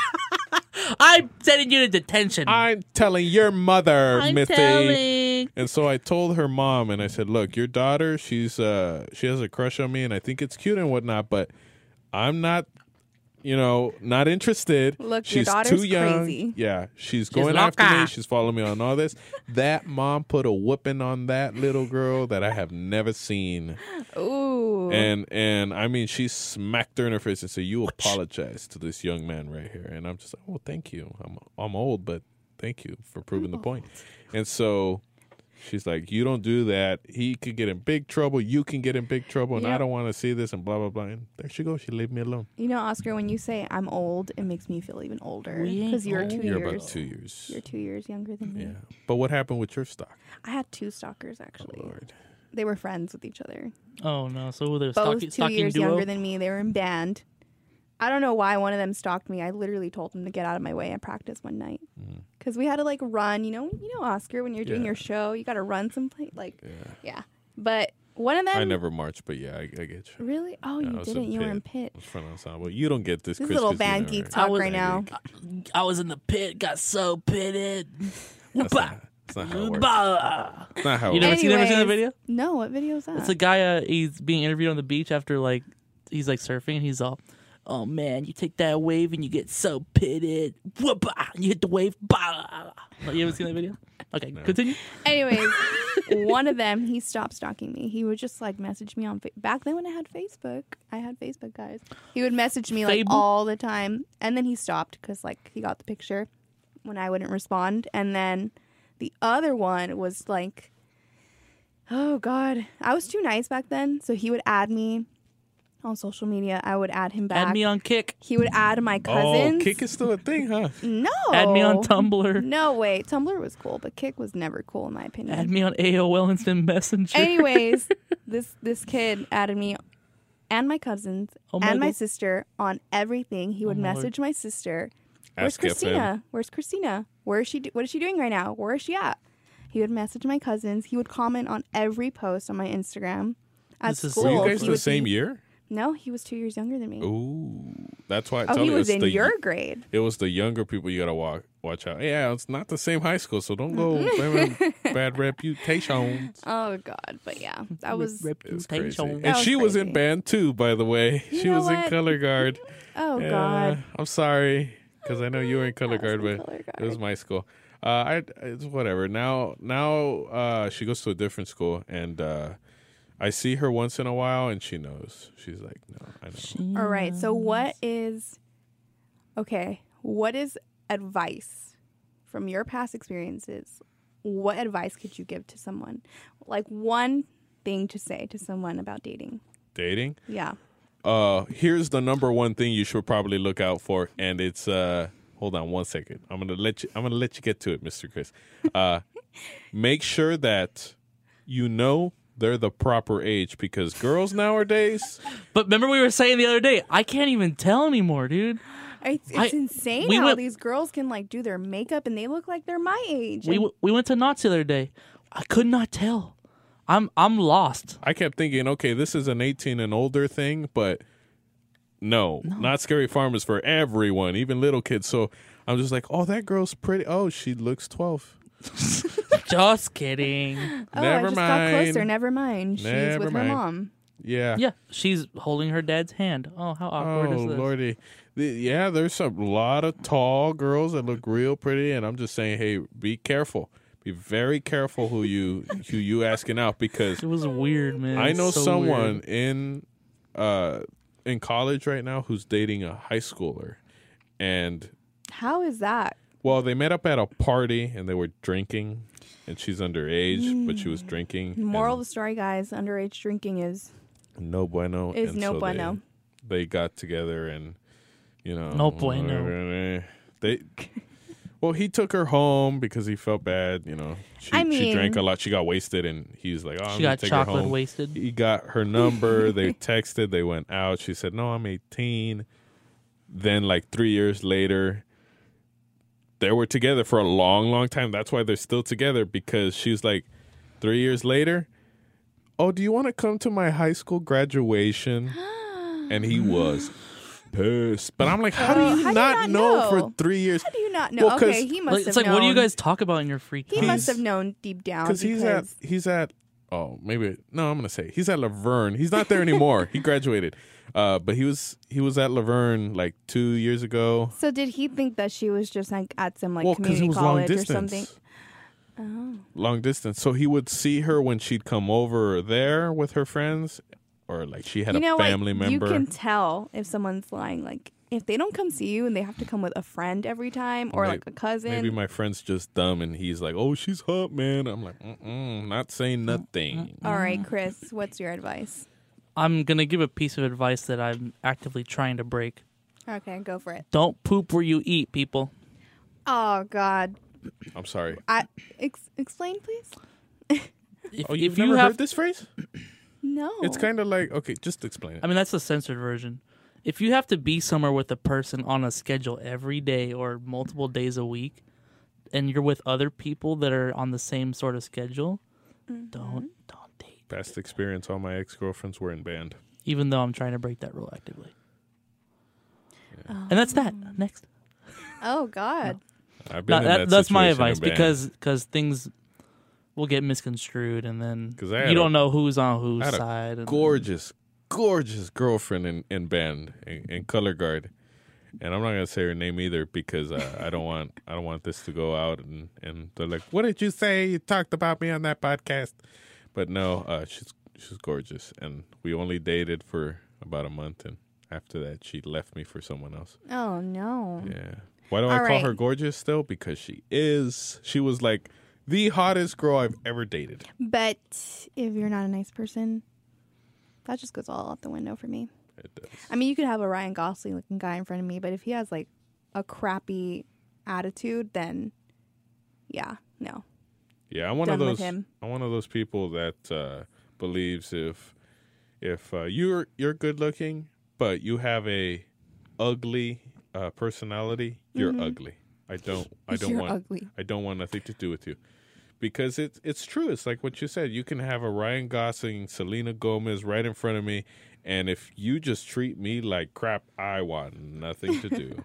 Speaker 2: I'm sending you to detention.
Speaker 3: I'm telling your mother,
Speaker 2: I'm
Speaker 3: Mithy.
Speaker 2: telling.
Speaker 3: And so I told her mom, and I said, look, your daughter, she's uh, she has a crush on me, and I think it's cute and whatnot, but I'm not. You know, not interested.
Speaker 1: Look, your
Speaker 3: she's
Speaker 1: daughter's
Speaker 3: too young.
Speaker 1: crazy.
Speaker 3: Yeah, she's going after
Speaker 2: loca.
Speaker 3: me. She's following me on all this. That mom put a whooping on that little girl that I have never seen.
Speaker 1: Ooh.
Speaker 3: and and I mean, she smacked her in her face and said, "You apologize to this young man right here." And I'm just like, "Well, thank you. I'm I'm old, but thank you for proving the point." And so she's like, "You don't do that. He could get in big trouble. You can get in big trouble, and I
Speaker 1: Yeah.
Speaker 3: don't want to see this." And blah blah blah. And there she goes. She leave me alone.
Speaker 1: You know, Oscar, when you say I'm old, it makes me feel even older
Speaker 2: We ain't
Speaker 1: because you're
Speaker 2: old.
Speaker 1: 2
Speaker 3: You're
Speaker 1: years.
Speaker 3: about two years.
Speaker 1: You're two years younger than me.
Speaker 3: Yeah. But what happened with your stock?
Speaker 1: I had two stalkers actually.
Speaker 3: Oh, Lord.
Speaker 1: They were friends with each other.
Speaker 2: Oh no! So they're
Speaker 1: Both
Speaker 2: stalking,
Speaker 1: two
Speaker 2: stalking
Speaker 1: years
Speaker 2: duo.
Speaker 1: younger than me. They were in band. I don't know why one of them stalked me. I literally told him to get out of my way at practice one night because we had to like run. You know, you know, Oscar, when you're doing
Speaker 3: Mm. Yeah.
Speaker 1: your show, you got to run someplace. Like, yeah. But one of them
Speaker 3: I never marched, but yeah, I, I get you.
Speaker 1: really. Oh,
Speaker 3: I
Speaker 1: you
Speaker 3: was in
Speaker 1: didn't. You were in
Speaker 3: It
Speaker 1: pit.
Speaker 3: was front ensemble. You don't get this.
Speaker 1: This is
Speaker 3: Chris
Speaker 1: little
Speaker 3: Christina,
Speaker 1: band
Speaker 3: right?
Speaker 1: geek talk
Speaker 2: was-
Speaker 1: right now.
Speaker 2: I was in the pit. Got so pitted.
Speaker 3: That's not, that's not how it works.
Speaker 2: Bah.
Speaker 3: That's not how it
Speaker 2: You never
Speaker 3: works.
Speaker 2: seen, never seen that
Speaker 1: Anyways.
Speaker 2: video?
Speaker 1: No, what video is that?
Speaker 2: It's a guy. Uh, he's being interviewed on the beach after like he's like surfing. and He's all, "Oh man, you take that wave and you get so pitted. Whoop! ah, And you hit the wave. Bah!" Like, you haven't seen that video? Okay, continue.
Speaker 1: Anyways, one of them, he stopped stalking me. He would just like message me on fa- back then when I had Facebook. I had Facebook, guys. He would message me like
Speaker 2: Fable?
Speaker 1: all the time, and then he stopped because like he got the picture when I wouldn't respond, and then the other one was like, oh god, I was too nice back then, so he would add me on social media. I would add him back.
Speaker 2: Add me on Kick.
Speaker 1: he would add my cousins.
Speaker 3: Oh, kick is still a thing, huh?
Speaker 1: no.
Speaker 2: Add me on
Speaker 1: Oh.
Speaker 2: Tumblr.
Speaker 1: No, wait. Tumblr was cool, but Kick was never cool in my opinion.
Speaker 2: Add me on AOL Instant Messenger.
Speaker 1: Anyways, this this kid added me and my cousins
Speaker 2: Oh my
Speaker 1: and my
Speaker 2: God.
Speaker 1: sister on everything. He would
Speaker 2: my Lord.
Speaker 1: message my sister, "Where's
Speaker 3: Ask FM.
Speaker 1: Christina? Where's Christina? Where is she? Do- what is she doing right now? Where is she at?" He would message my cousins. He would comment on every post on my Instagram at
Speaker 2: This is
Speaker 1: school.
Speaker 2: so
Speaker 3: Were you guys
Speaker 1: He
Speaker 2: cool.
Speaker 3: the
Speaker 1: would
Speaker 3: same
Speaker 1: be-
Speaker 3: year?
Speaker 1: No, he was two years younger than me.
Speaker 3: Ooh, that's why I
Speaker 1: oh,
Speaker 3: tell
Speaker 1: he
Speaker 3: you
Speaker 1: was
Speaker 3: it's
Speaker 1: in
Speaker 3: the
Speaker 1: your grade.
Speaker 3: it was the younger people you gotta walk, watch out. Yeah, it's not the same high school, so don't go having bad reputations.
Speaker 1: Oh God, but yeah, that was.
Speaker 3: It's crazy.
Speaker 2: reputation.
Speaker 3: And
Speaker 1: was
Speaker 3: she was in
Speaker 1: crazy.
Speaker 3: band too, by the way.
Speaker 1: You
Speaker 3: she
Speaker 1: know
Speaker 3: was in
Speaker 1: what?
Speaker 3: color guard.
Speaker 1: Oh
Speaker 3: Yeah,
Speaker 1: God.
Speaker 3: I'm sorry because I know you were in color
Speaker 1: I was
Speaker 3: guard,
Speaker 1: in
Speaker 3: but
Speaker 1: color
Speaker 3: it was
Speaker 1: guard.
Speaker 3: my school. Uh, I it's whatever. Now now uh, she goes to a different school, and uh, I see her once in a while, and she knows. She's like, no, I know.
Speaker 1: All right. So what is okay? What is advice from your past experiences? What advice could you give to someone? Like one thing to say to someone about dating.
Speaker 3: dating.
Speaker 1: Yeah.
Speaker 3: Uh, here's the number one thing you should probably look out for, and it's uh, hold on one second. I'm gonna let you. I'm gonna let you get to it, Mister Chris. Uh, make sure that you know they're the proper age because girls nowadays.
Speaker 2: But remember, we were saying the other day, I can't even tell anymore, dude.
Speaker 1: It's,
Speaker 2: I-
Speaker 1: it's insane
Speaker 2: we
Speaker 1: how
Speaker 2: went-
Speaker 1: these girls can like do their makeup and they look like they're my age.
Speaker 2: We
Speaker 1: And
Speaker 2: w- we went to Knott's the other day. I could not tell. I'm I'm lost.
Speaker 3: I kept thinking, okay, this is an 18 and older thing, but no, not scary farm is for everyone, even little kids. So I'm just like, oh, that girl's pretty. Oh, she looks 12.
Speaker 2: Just kidding.
Speaker 1: oh, I
Speaker 3: never
Speaker 1: just
Speaker 3: mind.
Speaker 1: got closer. Never mind. She's
Speaker 3: Never
Speaker 1: with
Speaker 3: mind.
Speaker 1: her mom.
Speaker 3: Yeah.
Speaker 2: Yeah, she's holding her dad's hand. Oh, how awkward
Speaker 3: Oh
Speaker 2: is this?
Speaker 3: lordy, The- yeah. There's a lot of tall girls that look real pretty, and I'm just saying, hey, be careful. Be very careful who you who you asking out because
Speaker 2: It was weird, man.
Speaker 3: I
Speaker 2: It's
Speaker 3: know
Speaker 2: so
Speaker 3: someone
Speaker 2: weird.
Speaker 3: in uh in college right now who's dating a high schooler, and
Speaker 1: How is that?
Speaker 3: well, they met up at a party and they were drinking, and she's underage, but she was drinking. and
Speaker 1: Moral of the story, guys. Underage drinking is
Speaker 3: no bueno
Speaker 1: Is no
Speaker 3: they-
Speaker 1: bueno.
Speaker 3: They, got together and you know
Speaker 2: No bueno.
Speaker 3: They well, he took her home because he felt bad. You know, she,
Speaker 1: I
Speaker 3: she drank a
Speaker 1: mean-
Speaker 3: lot. She got wasted, and he's like, "Oh, I'm
Speaker 2: She
Speaker 3: gonna
Speaker 2: got
Speaker 3: take her
Speaker 2: chocolate
Speaker 3: home."
Speaker 2: wasted.
Speaker 3: He got her number. they texted. They went out. She said, "No, I'm 18." Then, like three years later, they were together for a long, long time. That's why they're still together because she's like, three years later, "Oh, do you want to come to my high school graduation?" and he was pissed. But I'm like, "How do
Speaker 1: Oh,
Speaker 3: you
Speaker 1: how do you not
Speaker 3: not know, for
Speaker 1: know?
Speaker 3: three years?"
Speaker 1: How do you not know?
Speaker 3: Well, 'cause-
Speaker 1: okay, he must
Speaker 2: Like,
Speaker 1: have
Speaker 2: it's like,
Speaker 1: known.
Speaker 2: what do you guys talk about in your free
Speaker 1: He
Speaker 2: time?
Speaker 1: must
Speaker 3: He's-
Speaker 1: have known deep down
Speaker 3: because he's at he's at oh maybe no I'm gonna say he's at Laverne. He's not there anymore. he graduated, uh, but he was he was at Laverne like two years ago.
Speaker 1: So did he think that she was just like at some like
Speaker 3: well, because
Speaker 1: community
Speaker 3: it was long
Speaker 1: college or
Speaker 3: distance.
Speaker 1: something? Oh.
Speaker 3: Long distance. So he would see her when she'd come over there with her friends, or like she had
Speaker 1: you know
Speaker 3: a
Speaker 1: what?
Speaker 3: family member.
Speaker 1: You can tell if someone's lying. Like if they don't come see you and they have to come with a friend every time or
Speaker 3: May-
Speaker 1: like a cousin.
Speaker 3: Maybe my friend's just dumb, and he's like, "Oh, she's hot, man." I'm like, Mm-mm, "Not saying nothing."
Speaker 1: All right, Chris, what's your advice?
Speaker 2: I'm gonna give a piece of advice that I'm actively trying to break.
Speaker 1: Okay, go for it.
Speaker 2: Don't poop where you eat, people.
Speaker 1: Oh God,
Speaker 3: I'm sorry.
Speaker 1: I ex- explain, please.
Speaker 2: If,
Speaker 3: Oh, you've
Speaker 2: if
Speaker 3: never
Speaker 2: you have
Speaker 3: heard this phrase?
Speaker 1: No,
Speaker 3: It's kind of like okay, just explain it.
Speaker 2: I mean, that's the censored version. If you have to be somewhere with a person on a schedule every day or multiple days a week, and you're with other people that are on the same sort of schedule,
Speaker 1: Mm-hmm.
Speaker 2: don't don't date.
Speaker 3: Past experience. All my ex girlfriends were in band.
Speaker 2: Even though I'm trying to break that rule actively. And that's that. Next,
Speaker 1: Oh God,
Speaker 3: I've been
Speaker 2: No,
Speaker 3: in
Speaker 2: that,
Speaker 3: that
Speaker 2: that's my
Speaker 3: situation in
Speaker 2: advice
Speaker 3: band.
Speaker 2: because because things will get misconstrued, and then
Speaker 3: 'Cause I had
Speaker 2: you don't
Speaker 3: a-
Speaker 2: know who's on
Speaker 3: I
Speaker 2: whose
Speaker 3: had a
Speaker 2: side. and-
Speaker 3: gorgeous, gorgeous girlfriend in in band in, in color guard, and I'm not gonna say her name either because uh, I don't want I don't want this to go out and and they're like, what did you say? You talked about me on that podcast, but no, uh, she's she's gorgeous, and we only dated for about a month, and after that, she left me for someone else.
Speaker 1: Oh no.
Speaker 3: Yeah. Why do I
Speaker 1: All
Speaker 3: call
Speaker 1: right.
Speaker 3: her gorgeous still? Because she is. She was like the hottest girl I've ever dated.
Speaker 1: But if you're not a nice person, that just goes all out the window for me.
Speaker 3: It does.
Speaker 1: I mean, you could have a Ryan Gosling looking guy in front of me, but if he has like a crappy attitude, then yeah, no.
Speaker 3: Yeah, I'm one of
Speaker 1: Done with
Speaker 3: those.
Speaker 1: him.
Speaker 3: I'm one of those people that uh, believes if if uh, you're you're good looking, but you have a ugly uh, personality, you're ugly. I don't. I
Speaker 1: Mm-hmm.
Speaker 3: don't
Speaker 1: You're
Speaker 3: want.
Speaker 1: ugly.
Speaker 3: I don't want nothing to do with you. Because it's it's true. It's like what you said. You can have a Ryan Gosling, Selena Gomez right in front of me, and if you just treat me like crap, I want nothing to do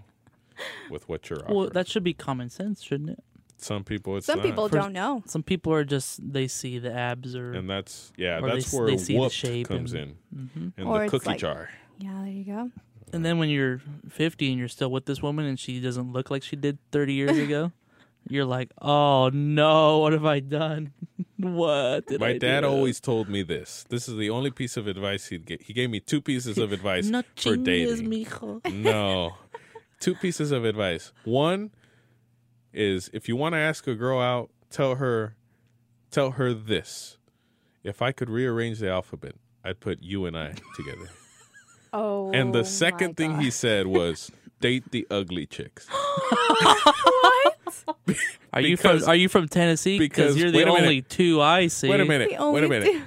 Speaker 3: with what you're offering.
Speaker 2: Well, that should be common sense, shouldn't it?
Speaker 3: Some people, it's uh,
Speaker 1: Some
Speaker 3: not.
Speaker 1: people do
Speaker 2: First-
Speaker 1: don't know.
Speaker 2: Some people are just they see the abs or
Speaker 3: and that's yeah,
Speaker 2: Or
Speaker 3: that's
Speaker 2: they-
Speaker 3: where
Speaker 2: they see the
Speaker 3: whooped
Speaker 2: shape
Speaker 3: comes
Speaker 2: and-
Speaker 3: in, and
Speaker 1: Or
Speaker 3: the
Speaker 1: it's
Speaker 3: cookie
Speaker 1: like-
Speaker 3: jar.
Speaker 1: Yeah, there you go.
Speaker 2: Mm-hmm. and then when you're 50 and you're still with this woman and she doesn't look like she did 30 years ago, you're like, "Oh no, what have I done? what did I
Speaker 3: My dad
Speaker 2: do?"
Speaker 3: always told me this. This is the only piece of advice he'd get. He gave me two pieces of advice
Speaker 2: no
Speaker 3: for
Speaker 2: chingues,
Speaker 3: dating.
Speaker 2: mijo.
Speaker 3: no. Two pieces of advice. One is if you want to ask a girl out, tell her tell her this. If I could rearrange the alphabet, I'd put you and I together.
Speaker 1: Oh.
Speaker 3: and
Speaker 1: my
Speaker 3: the second thing
Speaker 1: God.
Speaker 3: he said was date the ugly chicks.
Speaker 1: what?
Speaker 2: Are you
Speaker 3: Because-
Speaker 2: from Are you from Tennessee?
Speaker 3: because-
Speaker 2: Because you're
Speaker 3: wait
Speaker 2: the
Speaker 3: a minute.
Speaker 2: only two I see.
Speaker 3: Wait a minute.
Speaker 1: The
Speaker 3: Wait
Speaker 1: only
Speaker 3: a minute.
Speaker 1: thing-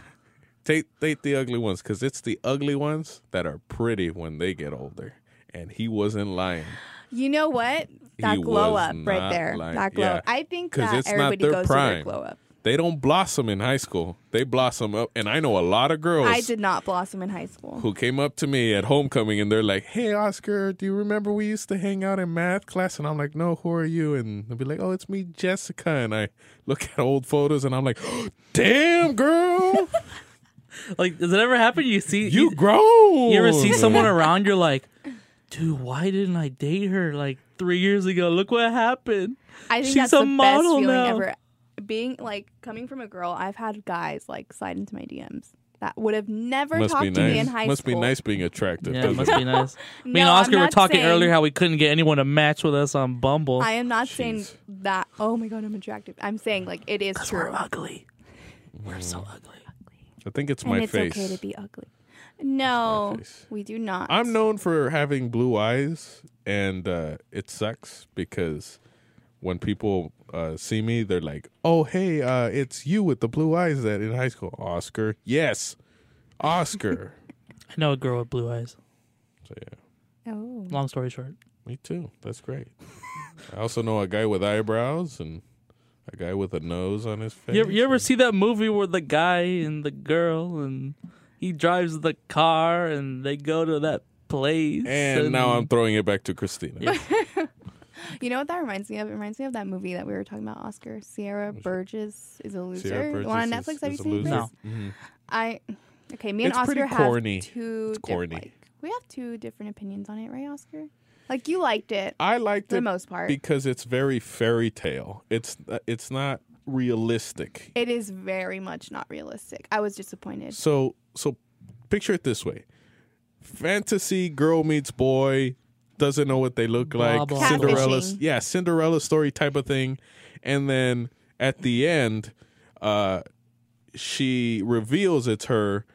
Speaker 3: Date date the ugly ones cuz it's the ugly ones that are pretty when they get older. And he wasn't lying
Speaker 1: You know what? That
Speaker 3: He
Speaker 1: glow
Speaker 3: was
Speaker 1: up
Speaker 3: not
Speaker 1: right there.
Speaker 3: lying.
Speaker 1: That glow.
Speaker 3: Yeah.
Speaker 1: up. I think
Speaker 3: 'Cause
Speaker 1: that
Speaker 3: it's not
Speaker 1: everybody
Speaker 3: their
Speaker 1: goes
Speaker 3: prime.
Speaker 1: through their glow up.
Speaker 3: they don't blossom in high school. They blossom up, and I know a lot of girls
Speaker 1: I did not blossom in high school.
Speaker 3: who came up to me at homecoming, and they're like, "Hey, Oscar, do you remember we used to hang out in math class?" And I'm like, "No, who are you?" And they'll be like, "Oh, it's me, Jessica." And I look at old photos, and I'm like, "Damn, girl,
Speaker 2: Like, does it ever happen? You see
Speaker 3: you grown."
Speaker 2: You ever see someone around, you're like, dude, why didn't I date her like three years ago? Look what happened.
Speaker 1: I think
Speaker 2: She's
Speaker 1: that's
Speaker 2: a
Speaker 1: the best
Speaker 2: model
Speaker 1: feeling
Speaker 2: now.
Speaker 1: ever. Being like coming from a girl, I've had guys like slide into my DMs that would have never
Speaker 3: Must
Speaker 1: talked
Speaker 3: be
Speaker 1: to me in
Speaker 3: nice.
Speaker 1: high
Speaker 3: Must
Speaker 1: school.
Speaker 3: be nice being attractive.
Speaker 2: Yeah, it
Speaker 3: doesn't
Speaker 2: must
Speaker 3: it?
Speaker 2: be nice. Me and
Speaker 1: No, I'm
Speaker 2: Oscar were
Speaker 1: not
Speaker 2: talking
Speaker 1: saying-
Speaker 2: earlier how we couldn't get anyone to match with us on Bumble.
Speaker 1: I am not saying
Speaker 3: Jeez.
Speaker 1: that. Oh my god, I'm attractive. I'm saying like it is
Speaker 2: we're
Speaker 1: true,
Speaker 2: ugly. We're so
Speaker 3: Mm.
Speaker 2: ugly.
Speaker 3: I think it's
Speaker 1: and
Speaker 3: my
Speaker 1: it's
Speaker 3: face.
Speaker 1: okay to be ugly. No,
Speaker 3: face.
Speaker 1: we do not.
Speaker 3: I'm known for having blue eyes, and uh, it sucks because when people uh, see me, they're like, "Oh, hey, uh, it's you with the blue eyes that in high school, Oscar." Yes, Oscar.
Speaker 2: I know a girl with blue eyes.
Speaker 3: so yeah,
Speaker 1: Oh,
Speaker 2: Long story short.
Speaker 3: me too. That's great. I also know a guy with eyebrows and a guy with a nose on his face.
Speaker 2: You ever, you ever see that movie where the guy and the girl and he drives the car and they go to that place?
Speaker 3: and now I'm throwing it back to Christina.
Speaker 2: Yeah.
Speaker 1: you know what that reminds me of? It reminds me of that movie that we were talking about. Oscar Sierra Burgess is a loser.
Speaker 3: Sierra
Speaker 1: the one on
Speaker 3: Burgess
Speaker 1: Netflix.
Speaker 3: is-
Speaker 1: have you
Speaker 3: is a
Speaker 1: seen
Speaker 3: loser.
Speaker 1: this?
Speaker 2: No.
Speaker 3: Mhm.
Speaker 1: I okay. Me and
Speaker 3: It's pretty
Speaker 1: Oscar have
Speaker 3: corny.
Speaker 1: two.
Speaker 3: It's
Speaker 1: diff-
Speaker 3: corny.
Speaker 1: like, we have two different opinions on it, right, Oscar? Like you liked it
Speaker 3: I liked
Speaker 1: for the
Speaker 3: it
Speaker 1: most part.
Speaker 3: because it's very fairy tale. It's uh, it's not realistic.
Speaker 1: it is very much not realistic. I was disappointed.
Speaker 3: So so picture it this way. Fantasy girl meets boy, doesn't know what they look
Speaker 2: Blah,
Speaker 3: like.
Speaker 2: blah,
Speaker 3: Cinderella
Speaker 1: Catfishing.
Speaker 3: yeah, Cinderella story type of thing. And then at the end, uh she reveals it's her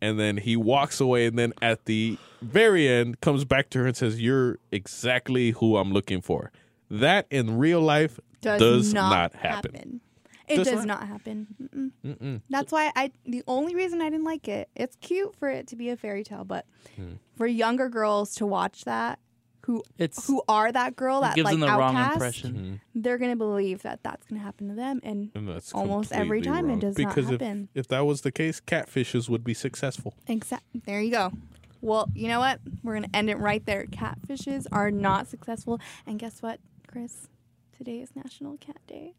Speaker 3: and then he walks away and then at the very end comes back to her and says, You're exactly who I'm looking for. That in real life does, not, happen.
Speaker 1: It
Speaker 3: Does
Speaker 1: does,
Speaker 3: not-
Speaker 1: not, happen. Mm-mm. That's why I. The only reason I didn't like it. It's cute for it to be a fairy tale, but
Speaker 3: Hmm.
Speaker 1: for younger girls to watch that, who
Speaker 2: It's
Speaker 1: who are that girl that
Speaker 2: gives
Speaker 1: like
Speaker 2: them the wrong
Speaker 1: outcast,
Speaker 2: impression.
Speaker 3: Mm-hmm.
Speaker 1: they're gonna believe that that's gonna happen to them, and
Speaker 3: And that's
Speaker 1: Almost every
Speaker 3: completely
Speaker 1: time it
Speaker 3: wrong.
Speaker 1: does not
Speaker 3: because if-
Speaker 1: happen.
Speaker 3: If, that was the case, catfishes would be successful.
Speaker 1: Exact. There you go. Well, you know what? We're gonna end it right there. Catfishes are not successful, and guess what, Chris? Today is National Cat Day.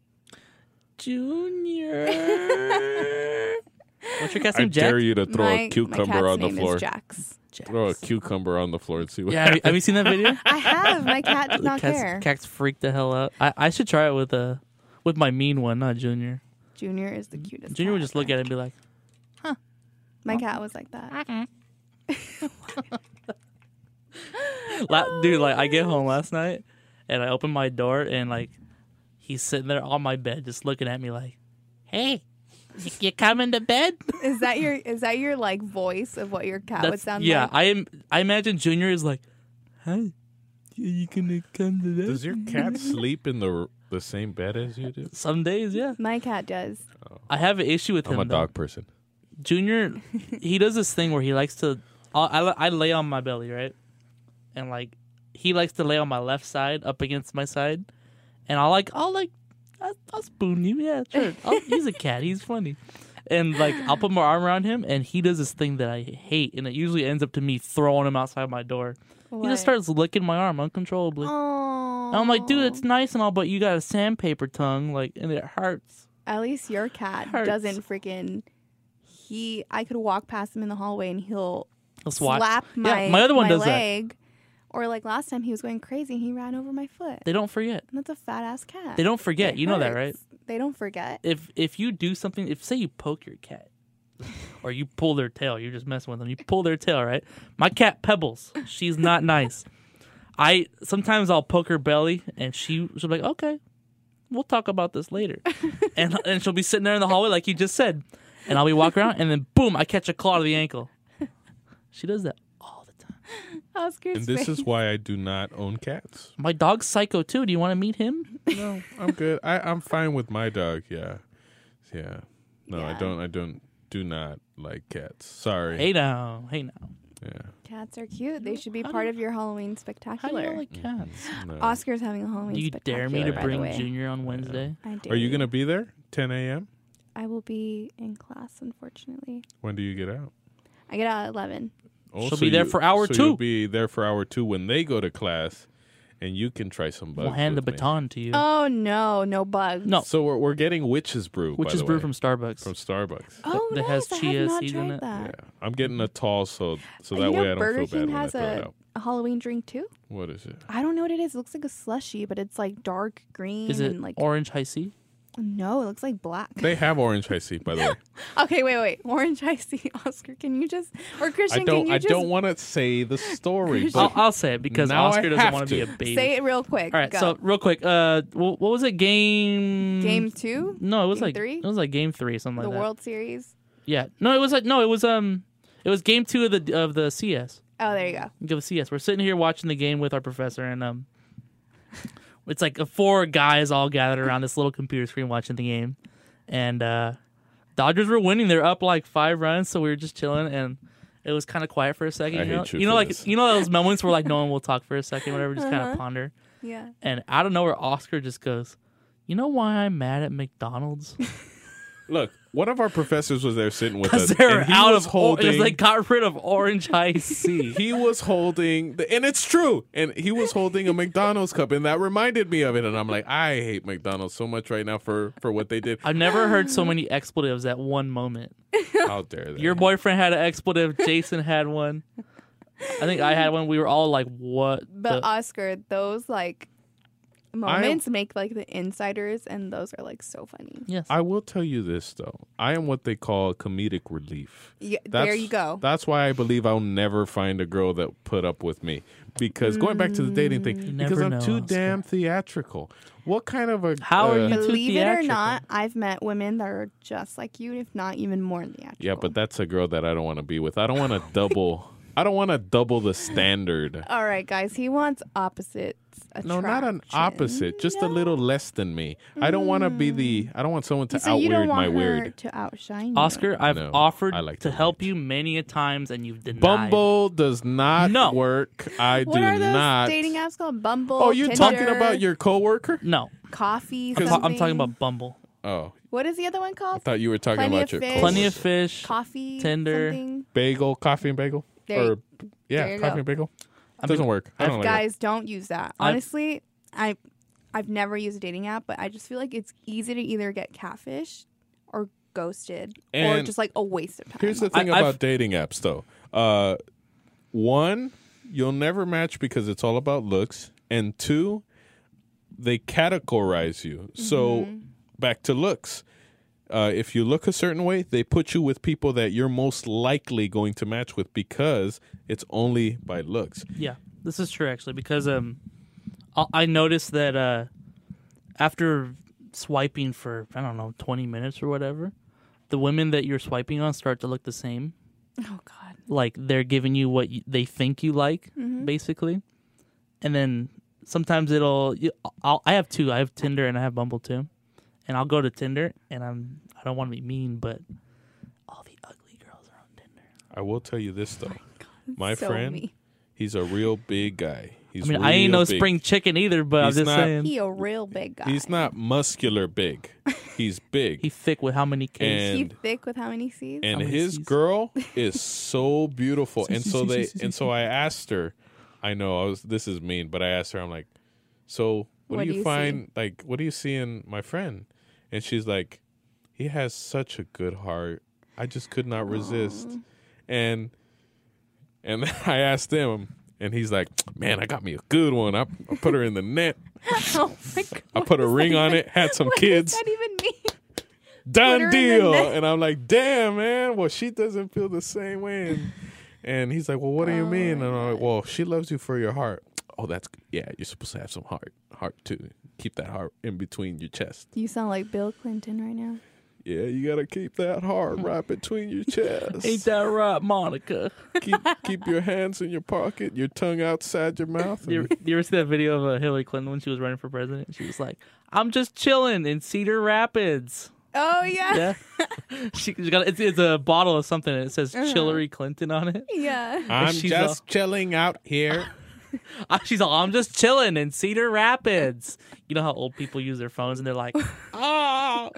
Speaker 2: Junior. What's your cat's
Speaker 3: I
Speaker 2: name? Jack.
Speaker 3: dare you to throw
Speaker 1: my,
Speaker 3: a cucumber
Speaker 1: my cat's
Speaker 3: on the
Speaker 1: name
Speaker 3: floor.
Speaker 1: Is Jax.
Speaker 3: Throw a cucumber on the floor and see what.
Speaker 2: Yeah, have you, have you seen that video?
Speaker 1: I have. My cat does not
Speaker 2: cats,
Speaker 1: care.
Speaker 2: cats freak the hell out. I, I should try it with a with my mean one, not Junior.
Speaker 1: Junior is the cutest. cat
Speaker 2: Junior would just look at it and be like,
Speaker 1: My cat was like that.
Speaker 2: La- dude, like I get home last night and I open my door and like he's sitting there on my bed just looking at me like, "Hey, you, you coming to bed?"
Speaker 1: Is that your is that your like voice of what your cat would
Speaker 2: That's-
Speaker 1: sound
Speaker 2: yeah,
Speaker 1: like?
Speaker 2: I am. I imagine Junior is like, "Hey, you- you gonna come to bed?"
Speaker 3: Does your cat sleep in the the same bed as you do?
Speaker 2: Some days, yeah.
Speaker 1: My cat does.
Speaker 2: I have an issue with
Speaker 3: I'm
Speaker 2: him.
Speaker 3: a
Speaker 2: though.
Speaker 3: dog person.
Speaker 2: Junior, he does this thing where he likes to. uh, I, I, I lay on my belly, right, and like he likes to lay on my left side, up against my side, and I like I'll like I'll, I'll spoon you, yeah, sure. I'll, he's a cat, he's funny, and like I'll put my arm around him, and he does this thing that I hate, and it usually ends up to me throwing him outside my door. He
Speaker 1: What?
Speaker 2: just starts licking my arm uncontrollably.
Speaker 1: Aww.
Speaker 2: And I'm like, dude, it's nice and all, but you got a sandpaper tongue, like, and it hurts.
Speaker 1: At least your cat
Speaker 2: Hurts.
Speaker 1: doesn't freaking. He, I could walk past him in the hallway and he'll
Speaker 2: I'll swat.
Speaker 1: slap
Speaker 2: Yeah,
Speaker 1: my
Speaker 2: my other one does that.
Speaker 1: leg. Or like last time, he was going crazy. He ran over my foot.
Speaker 2: They don't forget.
Speaker 1: And that's a fat ass cat.
Speaker 2: They don't forget.
Speaker 1: It
Speaker 2: you know that, right?
Speaker 1: hurts. They don't forget.
Speaker 2: if if you do something, if say you poke your cat, or you pull their tail, you're just messing with them. You pull their tail, right? My cat Pebbles, she's not nice. I sometimes I'll poke her belly, and she she'll be like, "Okay, we'll talk about this later," and and she'll be sitting there in the hallway like you just said, and I'll be walking around, and then boom, I catch a claw to the ankle. She does that all the time.
Speaker 1: Oscar's
Speaker 3: And this
Speaker 1: face.
Speaker 3: is why I do not own cats.
Speaker 2: My dog's psycho too. Do you want to meet him?
Speaker 3: No, I'm good. I, I'm fine with my dog. Yeah, yeah. No, I
Speaker 1: Yeah.
Speaker 3: don't. I don't. Do not like cats. Sorry.
Speaker 2: Hey now, hey now.
Speaker 3: Yeah.
Speaker 1: Cats are cute. They should be
Speaker 2: How do
Speaker 1: part
Speaker 2: you-
Speaker 1: of your Halloween
Speaker 2: How do
Speaker 1: spectacular.
Speaker 2: you not like cats?
Speaker 3: No.
Speaker 1: Oscar's having a Halloween
Speaker 2: Do you
Speaker 1: spectacular.
Speaker 2: dare me to
Speaker 1: by the
Speaker 2: bring
Speaker 1: way.
Speaker 2: Junior on Wednesday?
Speaker 1: I do.
Speaker 3: Are you gonna be there? 10 a.m.
Speaker 1: I will be in class, unfortunately.
Speaker 3: When do you get out?
Speaker 1: I get out at 11.
Speaker 3: Oh,
Speaker 2: She'll be there for hour
Speaker 3: so
Speaker 2: two.
Speaker 3: You'll be there for hour two when they go to class, and you can try some bugs.
Speaker 2: We'll hand the
Speaker 3: with me.
Speaker 2: baton to you.
Speaker 1: Oh, no. No bugs.
Speaker 2: No.
Speaker 3: So we're, we're getting witch's brew,
Speaker 2: which
Speaker 3: by
Speaker 2: is
Speaker 3: the
Speaker 2: brewed
Speaker 3: way,
Speaker 2: from Starbucks.
Speaker 3: from Starbucks.
Speaker 1: Oh,
Speaker 2: that
Speaker 1: nice.
Speaker 2: has
Speaker 1: I
Speaker 2: chia
Speaker 1: have not
Speaker 2: seeds in
Speaker 1: tried
Speaker 2: it.
Speaker 1: that.
Speaker 3: Yeah, I'm getting a tall, so so that
Speaker 1: Uh, you know
Speaker 3: way I don't
Speaker 1: Burger
Speaker 3: feel bad
Speaker 1: King
Speaker 3: when I
Speaker 1: has
Speaker 3: throw it
Speaker 1: a
Speaker 3: out.
Speaker 1: Halloween drink too.
Speaker 3: What is it?
Speaker 1: I don't know what it is. It looks like a slushy, but it's like dark green
Speaker 2: Is it
Speaker 1: and Mm, like
Speaker 2: orange high C?
Speaker 1: no, it looks like black.
Speaker 3: They have orange high C, by the way.
Speaker 1: okay, wait, wait. Orange I see Oscar. Can you just or Christian?
Speaker 3: I
Speaker 1: can
Speaker 3: don't.
Speaker 1: you
Speaker 3: I
Speaker 1: just
Speaker 3: don't want to say the story,
Speaker 2: I'll,
Speaker 3: but
Speaker 2: I'll say it because
Speaker 3: Now I
Speaker 2: Oscar doesn't
Speaker 3: have
Speaker 2: want to be a
Speaker 3: to.
Speaker 2: baby.
Speaker 1: say it real quick?
Speaker 2: All right,
Speaker 1: Go.
Speaker 2: so mm, real quick, uh, wh- what was it? Game
Speaker 1: game two,
Speaker 2: No, it was
Speaker 1: Game
Speaker 2: like
Speaker 1: three?
Speaker 2: it was like game three, something
Speaker 1: the
Speaker 2: like that.
Speaker 1: World Series.
Speaker 2: Yeah, no, it was like no, it was um, it was game two of the of the CS.
Speaker 1: Oh, there you go.
Speaker 2: Give us CS. We're sitting here watching the game with our professor, and um, it's like uh, four guys all gathered around this little computer screen watching the game, and uh, Dodgers were winning. They're up like five runs, so we were just chilling, and it was kind of quiet for a second.
Speaker 3: I
Speaker 2: you know,
Speaker 3: hate you
Speaker 2: know,
Speaker 3: for
Speaker 2: like
Speaker 3: this.
Speaker 2: you know those moments where like no one will talk for a second, whatever, just kind
Speaker 1: Uh-huh.
Speaker 2: of ponder.
Speaker 1: Yeah.
Speaker 2: And out of nowhere, Oscar just goes, "You know why I'm mad at McDonald's?
Speaker 3: look, one of our professors was there sitting with
Speaker 2: Because
Speaker 3: us,
Speaker 2: they're
Speaker 3: and he
Speaker 2: out
Speaker 3: was
Speaker 2: of holding.
Speaker 3: holding.
Speaker 2: they got rid of Orange High C."
Speaker 3: he was holding, the, and it's true. And he was holding a McDonald's cup, and that reminded me of it. And I'm like, I hate McDonald's so much right now for for what they did.
Speaker 2: I've never heard so many expletives at one moment.
Speaker 3: How dare they?
Speaker 2: Your boyfriend had an expletive. Jason had one. I think I had one. We were all like, "What?"
Speaker 1: But
Speaker 2: the-
Speaker 1: Oscar, those like moments make like the insiders, and those are like so funny.
Speaker 2: yes.
Speaker 3: I will tell you this though. I am what they call comedic relief.
Speaker 1: Yeah,
Speaker 3: That's,
Speaker 1: there you go.
Speaker 3: That's why I believe I'll never find a girl that put up with me. Because going back to the dating thing, because
Speaker 2: Mm, never
Speaker 3: I'm
Speaker 2: know,
Speaker 3: too
Speaker 2: Oscar.
Speaker 3: damn theatrical. What kind of a
Speaker 2: How are
Speaker 3: uh,
Speaker 2: you too
Speaker 1: Believe it or
Speaker 2: theatrical.
Speaker 1: not, I've met women that are just like you, if not even more theatrical.
Speaker 3: Yeah, but that's a girl that I don't want to be with. I don't want to double. I don't want to double the standard.
Speaker 1: All right, guys. He wants opposites.
Speaker 3: No, not an
Speaker 1: attraction.
Speaker 3: opposite. Just a little less than me. I don't want to be the. I don't want someone to
Speaker 1: So
Speaker 3: out
Speaker 1: you don't
Speaker 3: weird
Speaker 1: want
Speaker 3: my
Speaker 1: her
Speaker 3: weird.
Speaker 1: to outshine you.
Speaker 2: Oscar, I've
Speaker 3: No,
Speaker 2: offered
Speaker 3: I like
Speaker 2: to
Speaker 3: to
Speaker 2: help you many a times, and you've denied.
Speaker 3: Bumble does not
Speaker 2: No.
Speaker 3: work. I
Speaker 1: What
Speaker 3: do
Speaker 1: are those
Speaker 3: not.
Speaker 1: dating apps called? Bumble.
Speaker 3: oh, you're talking
Speaker 1: Tinder,
Speaker 3: about your coworker?
Speaker 2: No,
Speaker 1: coffee.
Speaker 2: I'm, ta- I'm talking
Speaker 1: something?
Speaker 2: about Bumble,
Speaker 3: Oh,
Speaker 1: What is the other one
Speaker 3: I
Speaker 1: called?
Speaker 3: thought you were talking
Speaker 1: Plenty
Speaker 3: about
Speaker 1: of
Speaker 3: your
Speaker 1: fish.
Speaker 3: coworker.
Speaker 2: plenty of fish.
Speaker 1: Coffee.
Speaker 2: Tinder.
Speaker 1: something?
Speaker 3: bagel, coffee and bagel,
Speaker 1: There
Speaker 3: or
Speaker 1: you-
Speaker 3: yeah,
Speaker 1: there you
Speaker 3: coffee
Speaker 1: go.
Speaker 3: and bagel.
Speaker 2: I
Speaker 3: doesn't
Speaker 2: mean,
Speaker 3: work. I
Speaker 2: I've
Speaker 3: don't like it.
Speaker 1: Guys, don't use that.
Speaker 2: I've-
Speaker 1: Honestly, I, I've never used a dating app, but I just feel like it's easy to either get catfish or ghosted or
Speaker 3: And
Speaker 1: just like a waste of time.
Speaker 3: Here's the
Speaker 1: I-
Speaker 3: thing
Speaker 2: I- I've-
Speaker 3: about dating apps, though. Uh, one, you'll never match because it's all about looks, and two, they categorize you. So
Speaker 2: Mm-hmm.
Speaker 3: back to looks. Uh, if you look a certain way, they put you with people that you're most likely going to match with because it's only by looks.
Speaker 2: Yeah, this is true actually because um, I- I noticed that uh, after swiping for I don't know twenty minutes or whatever, the women that you're swiping on start to look the same.
Speaker 1: oh god.
Speaker 2: Like they're giving you what you, they think you like,
Speaker 1: Mm-hmm.
Speaker 2: basically, and then sometimes it'll. you- I'll, I have two. I have Tinder and I have Bumble too, and I'll go to Tinder and I'm. I don't want to be mean, but all the ugly girls are on Tinder.
Speaker 3: I will tell you this
Speaker 2: Oh
Speaker 3: though, my
Speaker 1: so
Speaker 3: friend,
Speaker 1: me.
Speaker 3: he's a real big guy. He's
Speaker 2: I mean, I ain't no
Speaker 3: real big.
Speaker 2: spring chicken either, but
Speaker 3: He's
Speaker 2: I'm just
Speaker 3: not-
Speaker 2: saying
Speaker 1: He a real big guy.
Speaker 3: He's not muscular big. He's big.
Speaker 2: he's thick with how many Ks.
Speaker 3: And-
Speaker 1: He thick with how many C's?
Speaker 3: and
Speaker 2: How many
Speaker 3: his
Speaker 2: C's?
Speaker 3: girl is so beautiful and
Speaker 2: C's,
Speaker 3: so
Speaker 2: C's,
Speaker 3: they
Speaker 2: C's, C's,
Speaker 3: and so i asked her i know i was this is mean but i asked her i'm like so what, do you, find like what do you see in my friend and she's like he has such a good heart i just could not resist and and then i asked him and he's like man i got me a good one i, I put her in the net
Speaker 1: oh my god.
Speaker 3: i put a ring on it had some kids
Speaker 1: What does that even mean? Put her
Speaker 3: done
Speaker 1: in the
Speaker 3: deal.
Speaker 1: net.
Speaker 3: And I'm like, damn, man. Well, she doesn't feel the same way. And, and he's like, well, what do you
Speaker 1: Oh,
Speaker 3: mean? And
Speaker 1: my
Speaker 3: I'm like, well, she loves you for your heart. Oh, that's yeah. You're supposed to have some heart, heart too. Keep that heart in between your chest.
Speaker 1: You sound like Bill Clinton right now.
Speaker 3: Yeah, you gotta keep that heart right between your
Speaker 2: Ain't
Speaker 3: chest.
Speaker 2: that right, Monica?
Speaker 3: keep keep your hands in your pocket, your tongue outside your mouth.
Speaker 2: You ever,
Speaker 3: and-
Speaker 2: you ever see that video of uh, Hillary Clinton when she was running for president? She was like, "I'm just chilling in Cedar Rapids."
Speaker 1: Oh yeah.
Speaker 2: Yeah, she, she got it's, it's a bottle of something. And it says Hillary Clinton on it.
Speaker 1: Yeah.
Speaker 3: I'm
Speaker 2: she's
Speaker 3: just chilling out here.
Speaker 2: Uh, She's all, "I'm just chilling in Cedar Rapids." You know how old people use their phones and they're like, "Ah,"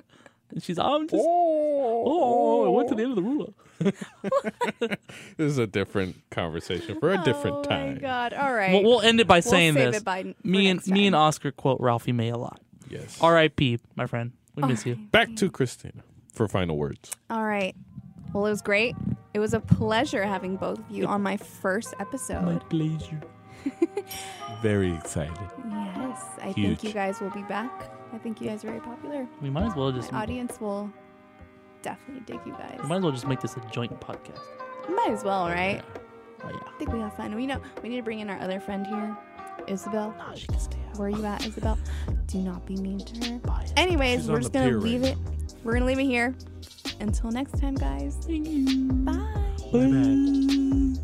Speaker 2: and she's, "I'm just." Oh,
Speaker 3: Oh.
Speaker 2: I went to the end of the ruler.
Speaker 3: This is a different conversation for a different
Speaker 1: oh
Speaker 3: time.
Speaker 1: my god. All right.
Speaker 2: We'll, we'll end it by saying
Speaker 1: save
Speaker 2: this.
Speaker 1: it by- for
Speaker 2: me and
Speaker 1: next
Speaker 2: me and
Speaker 1: time.
Speaker 2: Oscar quote Ralphie May a lot.
Speaker 3: Yes.
Speaker 2: R.I.P. My friend, we miss you.
Speaker 3: Back to Christina for final words.
Speaker 1: All right. Well, it was great. It was a pleasure having both of you on my first episode.
Speaker 2: pleasure.
Speaker 3: Very excited.
Speaker 1: Yes. I
Speaker 3: Huge.
Speaker 1: think you guys will be back. I think you guys are very popular.
Speaker 2: We might as well just
Speaker 1: My audience will definitely dig you guys.
Speaker 2: We might as well just make this a joint podcast.
Speaker 1: Might as well, right?
Speaker 2: Oh yeah.
Speaker 1: I think we have fun. We know we need to bring in our other friend here, Isabel.
Speaker 2: Oh, she can stay out.
Speaker 1: Where are you at, Isabel? Do not be mean to her.
Speaker 2: Bye.
Speaker 1: Anyways,
Speaker 3: She's
Speaker 1: we're
Speaker 3: on
Speaker 1: just
Speaker 3: the
Speaker 1: gonna
Speaker 3: pier right
Speaker 1: leave it. We're gonna leave it here. Until next time, guys. Bye.
Speaker 2: Bye.